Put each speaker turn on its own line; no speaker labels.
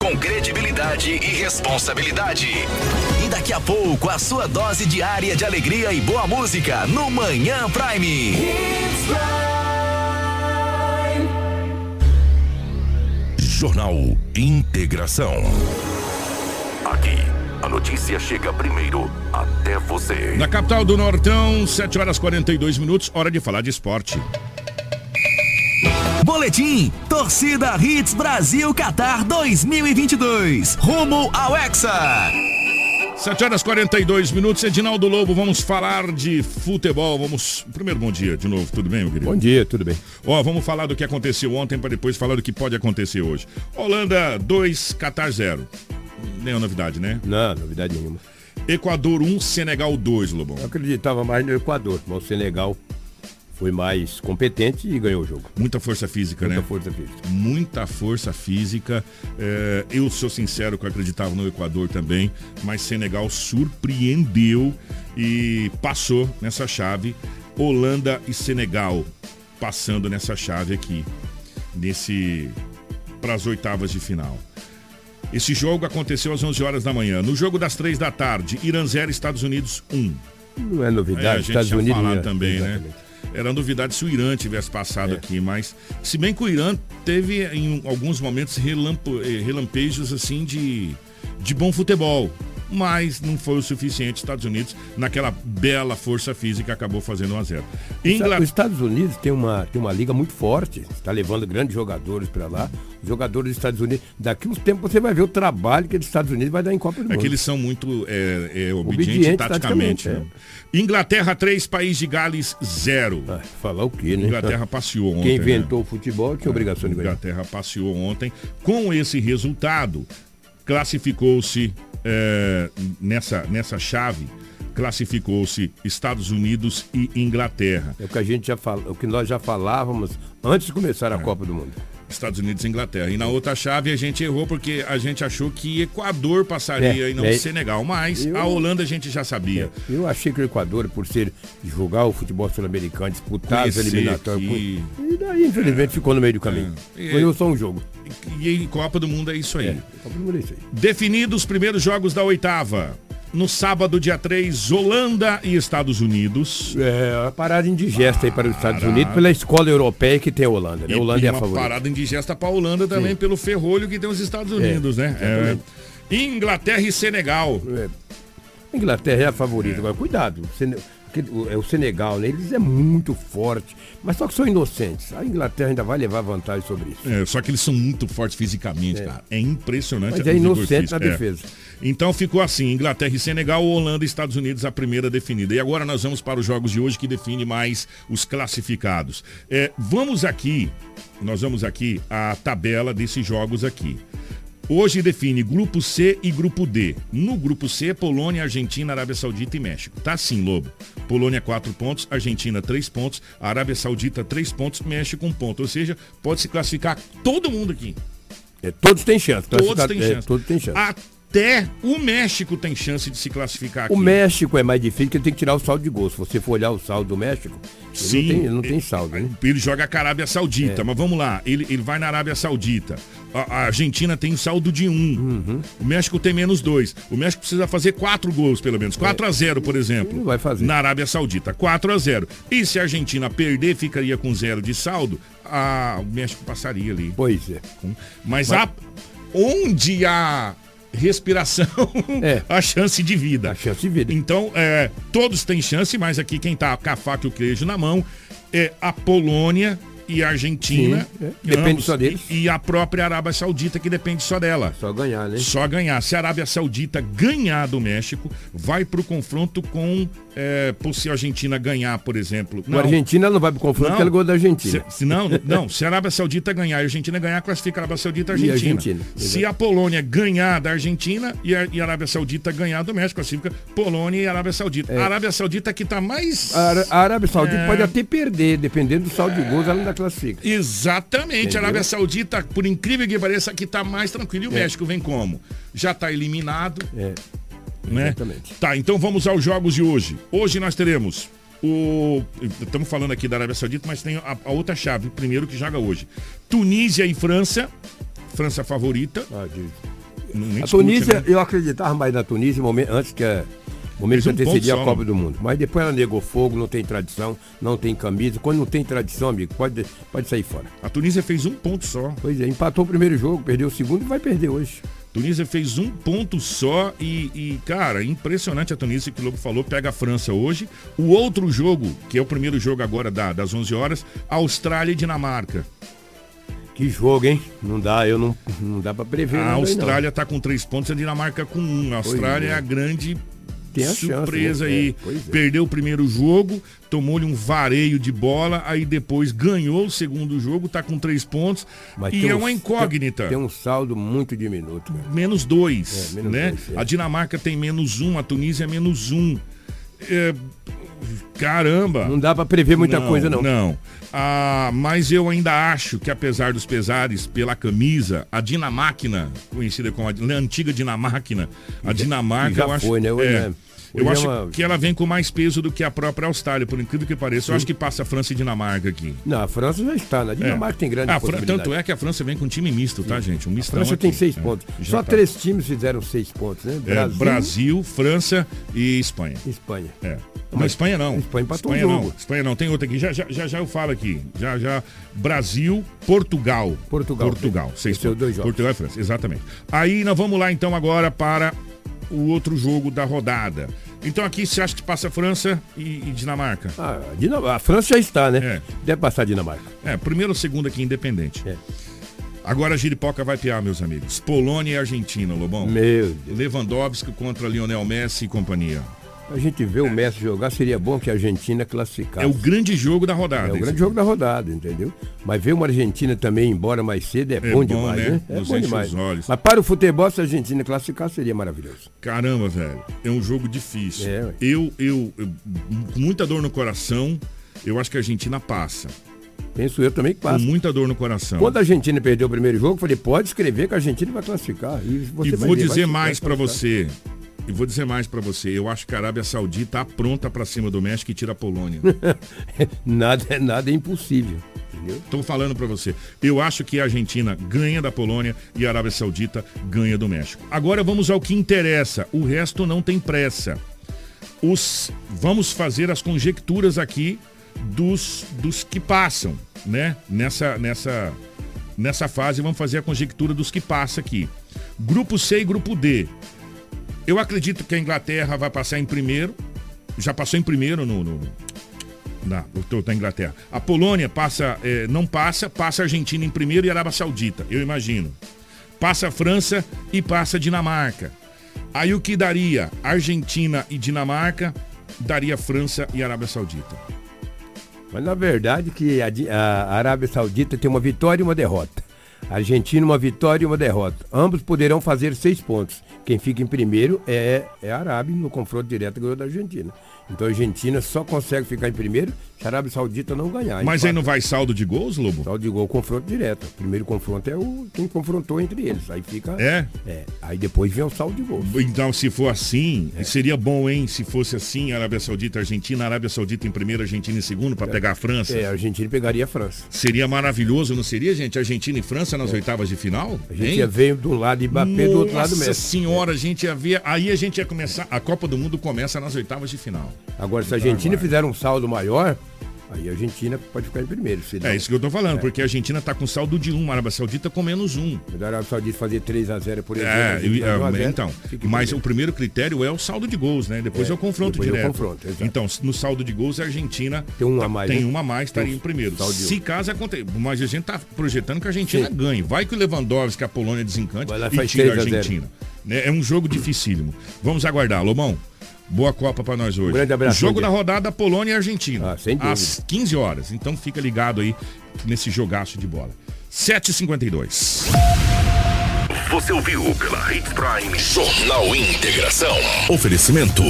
com credibilidade e responsabilidade. E daqui a pouco, a sua dose diária de alegria e boa música no Manhã Prime.
Jornal Integração.
Aqui, a notícia chega primeiro até você.
Na capital do Nortão, 7 horas 42 minutos, hora de falar de esporte.
Boletim Torcida Hits Brasil Qatar 2022. Rumo ao Hexa.
7 horas 42 minutos, Edinaldo Lobo, vamos falar de futebol. Vamos. Primeiro, bom dia de novo, tudo bem, meu querido?
Bom dia, tudo bem.
Ó, vamos falar do que aconteceu ontem para depois falar do que pode acontecer hoje. Holanda 2, Qatar 0. Nenhuma novidade, né?
Não, novidade nenhuma.
Equador 1, Senegal 2, Lobão.
Eu acreditava mais no Equador, mas o Senegal foi mais competente e ganhou o jogo.
Muita força física,
Muita
né?
força física.
Muita força física. É, eu sou sincero que eu acreditava no Equador também, mas Senegal surpreendeu e passou nessa chave. Holanda e Senegal passando nessa chave aqui, nesse para as oitavas de final. Esse jogo aconteceu às 11 horas da manhã. No jogo das 3 da tarde, Irã 0, Estados Unidos 1.
Não é novidade,
É, a gente
Estados
tinha
Unidos.
falado
né?
também, né?
Exatamente.
Era novidade se o Irã tivesse passado
É.
aqui, mas se bem que o Irã teve em alguns momentos relampo- eh, relampejos assim de, de bom futebol, mas não foi o suficiente. Estados Unidos, naquela bela força física, acabou fazendo 1 a 0.
Sabe, Os
Inglaterra,
Estados Unidos tem uma, tem uma liga muito forte, está levando grandes jogadores para lá. Os jogadores dos Estados Unidos, daqui uns tempos você vai ver o trabalho que os Estados Unidos vai dar em Copa do
é
Mundo.
que eles são muito eh, eh, obedientes
Obediente, é.
taticamente.
taticamente,
né? Inglaterra 3, País de Gales 0.
Ah, falar o quê, né?
Inglaterra passeou ontem. né?
Quem inventou o futebol tinha obrigação de ganhar.
Inglaterra passeou ontem. Com esse resultado, classificou-se eh, nessa, nessa chave, classificou-se Estados Unidos e Inglaterra.
É o que a gente já fala, o que nós já falávamos antes de começar a
É.
Copa do Mundo.
Estados Unidos e Inglaterra. E na outra chave a gente errou porque a gente achou que Equador passaria
É,
e não
é.
Senegal. Mas
Eu- É,
a Holanda a gente já sabia.
Eu achei que o Equador, por ser jogar o futebol sul-americano, disputar as
Conhecer
eliminatórias.
que-
E daí, infelizmente, ficou no meio do caminho.
É.
Ganhou só um jogo.
E, e Copa do Mundo é isso aí.
Copa do Mundo é isso aí.
Definidos os primeiros jogos da oitava. No sábado, dia 3, Holanda e Estados Unidos.
É uma parada indigesta aí para os Estados Unidos pela escola europeia que tem a Holanda. Né? A
E-
Holanda
e
é a
uma
favorita.
parada indigesta para a Holanda também, pelo ferrolho que tem os Estados Unidos, né? É. Inglaterra e Senegal.
A Inglaterra é a favorita. Agora, cuidado. o Sene- aquele- o- é o Senegal, né? Eles é muito forte, mas só que são inocentes. A Inglaterra ainda vai levar vantagem sobre isso.
É, só que eles são muito fortes fisicamente, cara. É impressionante.
Mas
a-
é
o vigor
inocente
físico,
na
é.
defesa.
Então ficou assim, Inglaterra e Senegal, Holanda e Estados Unidos a primeira definida. E agora nós vamos para os jogos de hoje que define mais os classificados. É, vamos aqui, nós vamos aqui a tabela desses jogos aqui. Hoje define grupo C e grupo D. No grupo C, Polônia, Argentina, Arábia Saudita e México. Tá sim, Lobo. Polônia 4 pontos, Argentina 3 pontos, Arábia Saudita 3 pontos, México 1 ponto. Ou seja, pode se classificar todo mundo aqui.
É, todos têm chance.
Todos
Classificar-
têm
é,
chance.
todos têm chance.
Até o México tem chance de se classificar aqui.
O México é mais difícil porque ele tem que tirar o saldo de gol. Se você for olhar o saldo do México, ele
Sim.
não tem, ele não tem
Ele-
saldo, né?
Ele joga com a Arábia
É.
Saudita, mas vamos lá. Ele, ele vai na Arábia Saudita. A, a Argentina tem um saldo de um.
Uhum.
O México tem menos dois. O México precisa fazer quatro gols, pelo menos. 4 a 0 por exemplo.
Não É. vai fazer.
Na Arábia Saudita. 4 a 0 E se a Argentina perder, ficaria com zero de saldo, a- o México passaria ali.
Pois é.
Com- Mas, a, onde há respiração,
É.
a chance de vida.
A chance de vida.
Então, é, todos têm chance, mas aqui quem tá com a faca e o queijo na mão é a Polônia e a Argentina.
Sim, é. Depende só deles.
E, e a própria Arábia Saudita, que depende só dela.
Só ganhar, né?
Só ganhar. Se a Arábia Saudita ganhar do México, vai pro confronto com. É, por se a Argentina ganhar, por exemplo.
O Argentina não vai pro confronto porque ela ganhou da Argentina.
Se, se não, não, se a Arábia Saudita ganhar e a Argentina ganhar, classifica a Arábia Saudita e a
E a
Argentina.
Argentina,
Se a Polônia ganhar da Argentina e a, e a Arábia Saudita ganhar do México, classifica Polônia e Arábia Saudita. A Arábia Saudita que tá mais.
É. A, Ara- a Arábia Saudita
É.
pode até perder, dependendo do saldo de gols, ela ainda classifica.
Exatamente,
Entendeu?
a Arábia Saudita, por incrível que pareça, que tá mais tranquilo. E o México vem como? Já tá eliminado.
É,
né?
Exatamente.
Tá, então vamos aos jogos de hoje. Hoje nós teremos o. Estamos falando aqui da Arábia Saudita, mas tem a, a outra chave, o primeiro que joga hoje. Tunísia e França. França favorita.
ah, de-
não nem
a
discute,
Tunísia,
né?
eu acreditava mais na Tunísia momen- antes que a, momento
Fez
que
um
antecedia
ponto
a
só,
Copa do Mundo. Mas depois ela negou fogo, não tem tradição, não tem camisa. Quando não tem tradição, amigo, pode, pode sair fora.
A Tunísia fez um ponto só.
Pois é, empatou o primeiro jogo, perdeu o segundo e vai perder hoje.
Tunísia fez um ponto só e, e, cara, impressionante a Tunísia que o Lobo falou, pega a França hoje. O outro jogo, que é o primeiro jogo agora da- das 11 horas, Austrália e Dinamarca.
Que jogo, hein? Não dá, eu não, não dá pra prever.
A
não,
Austrália tá com três pontos, a Dinamarca com um. A Austrália é
é.
a grande
Tem a chance,
surpresa
né?
aí.
É, pois é.
Perdeu o primeiro jogo, tomou-lhe um vareio de bola, aí depois ganhou o segundo jogo, tá com três pontos.
Mas
e
tem
é
um-
uma incógnita.
Tem, tem um saldo muito diminuto, cara.
menos dois,
É, menos
né?
dois, é.
A Dinamarca tem menos um, a Tunísia é menos um. É, Caramba!
Não dá pra prever muita coisa, não.
Não. Ah, mas eu ainda acho que, apesar dos pesares pela camisa, a Dinamáquina, conhecida como a a antiga Dinamáquina, a Dinamarca,
já
eu acho,
foi, né? Hoje
é,
é-
eu
hoje é
acho
uma-
que ela vem com mais peso do que a própria Austrália, por incrível que pareça. Eu acho que passa França e Dinamarca aqui. É.
Não, a França já está, na Dinamarca tem grande
a Fran-
possibilidade.
Tanto é que a França vem com um time misto, tá, gente? Um
A
mistão
França
aqui.
tem seis
É,
pontos.
já
Só
tá.
três times fizeram seis pontos, né?
É, Brasil, França e Espanha.
e Espanha.
É. Não, Espanha não.
Espanha empatou
Espanha
um
não.
jogo.
Espanha não. Tem outra aqui. Já, já, já, já eu falo aqui. Já, já. Brasil, Portugal.
Portugal.
Portugal. Seis
Venceu
pontos.
dois jogos.
Portugal e França. Exatamente. Aí nós vamos lá então agora para o outro jogo da rodada. Então aqui você acha que passa França e, e Dinamarca?
Ah, a, Dinam- a França já está, né?
É.
Deve passar a Dinamarca.
É, primeiro ou segundo aqui, independente.
É.
Agora a giripoca vai piar, meus amigos. Polônia e Argentina, Lobão.
Meu Deus.
Lewandowski contra Lionel Messi e companhia.
A gente vê o Messi jogar, seria bom que a Argentina classificasse.
É o grande jogo da rodada.
Tá. É o
esse
grande jogo da rodada, entendeu? Mas ver uma Argentina também embora mais cedo é,
bom,
bom demais,
né?
né? É
Nos
bom
enche
demais.
os olhos.
Mas para o futebol, se a Argentina classificar, seria maravilhoso.
Caramba, velho, é um jogo difícil.
É, ué.
eu, eu, eu- com muita dor no coração, eu acho que a Argentina passa.
Penso eu também que
Com
passa.
muita dor no coração.
Quando a Argentina perdeu o primeiro jogo, eu falei, pode escrever que a Argentina vai classificar. E,
E
você vai
vou
ver, vai
dizer
classificar,
mais pra
classificar.
você. E vou dizer mais pra você. Eu acho que a Arábia Saudita tá pronta pra cima do México e tira a Polônia.
nada, nada é impossível, entendeu?
Tô falando pra você. Eu acho que a Argentina ganha da Polônia e a Arábia Saudita ganha do México. Agora vamos ao que interessa. O resto não tem pressa. Os vamos fazer as conjecturas aqui dos, dos que passam, né? Nessa nessa nessa fase vamos fazer a conjectura dos que passa aqui. Grupo C e grupo D. Eu acredito que a Inglaterra vai passar em primeiro. Já passou em primeiro no, no, na, tô- da Inglaterra. A Polônia passa, eh, não passa, passa a Argentina em primeiro e a Arábia Saudita, eu imagino. Passa a França e passa a Dinamarca. Aí o que daria? Argentina e Dinamarca daria França e Arábia Saudita.
Mas na verdade que a, Di- a Arábia Saudita tem uma vitória e uma derrota. A Argentina uma vitória e uma derrota. Ambos poderão fazer seis pontos. Quem fica em primeiro é, é a Arábia no confronto direto ganhou da Argentina. Então a Argentina só consegue ficar em primeiro se a Arábia Saudita não ganhar.
Mas aí
Empata.
não vai saldo de gols, Lobo?
Saldo de gol, confronto direto. O primeiro confronto é o quem confrontou entre eles. Aí fica.
É?
É. Aí depois vem o saldo de gol.
Então, se for assim,
É.
seria bom, hein? Se fosse assim, Arábia Saudita, Argentina, Arábia Saudita em primeiro, Argentina em segundo, pra pegar a França.
É, a Argentina pegaria a França.
Seria maravilhoso, não seria, gente? Argentina e França nas oitavas de final?
É. A gente
Hein?
ia veio de um lado e Mbappé do outro lado
Nossa
mesmo.
senhora, a gente ia ver. Aí a gente ia começar. A Copa do Mundo começa nas oitavas de final.
Agora, se a Argentina
Vai.
fizer um saldo maior, aí a Argentina pode ficar em primeiro. Se não,
É isso que eu tô falando, porque a Argentina tá com saldo de um, a Arábia Saudita com menos um.
se a Arábia Saudita fazer 3x0, por exemplo. a
É,
Argentina
eu-
faz 1 a
é,
0,
então.
né? fica em
Mas o
primeiro.
primeiro critério é o saldo de gols, né? Depois é,
É,
o confronto
depois é o
direto.
confronto, exato.
então, no saldo de gols, a Argentina
Tem um a
tá-
mais,
tem
né?
uma a mais, estaria
Tem
em primeiro.
saldo de um.
Se caso aconteça. Mas a gente tá projetando que a Argentina
Sim.
ganhe. Vai que o Lewandowski, a Polônia é desencante
Vai lá,
e
faz
tira a
3 a 0.
Argentina. Né? É um jogo dificílimo. Vamos aguardar. Lomão, boa Copa pra nós hoje.
Grande abraço,
Jogo
Rodrigo.
da rodada, Polônia e Argentina.
Ah, sem dúvida.
às 15 horas. Então fica ligado aí nesse jogaço de bola. 7h52.
Você ouviu pela Hits Prime.
Jornal Integração. Oferecimento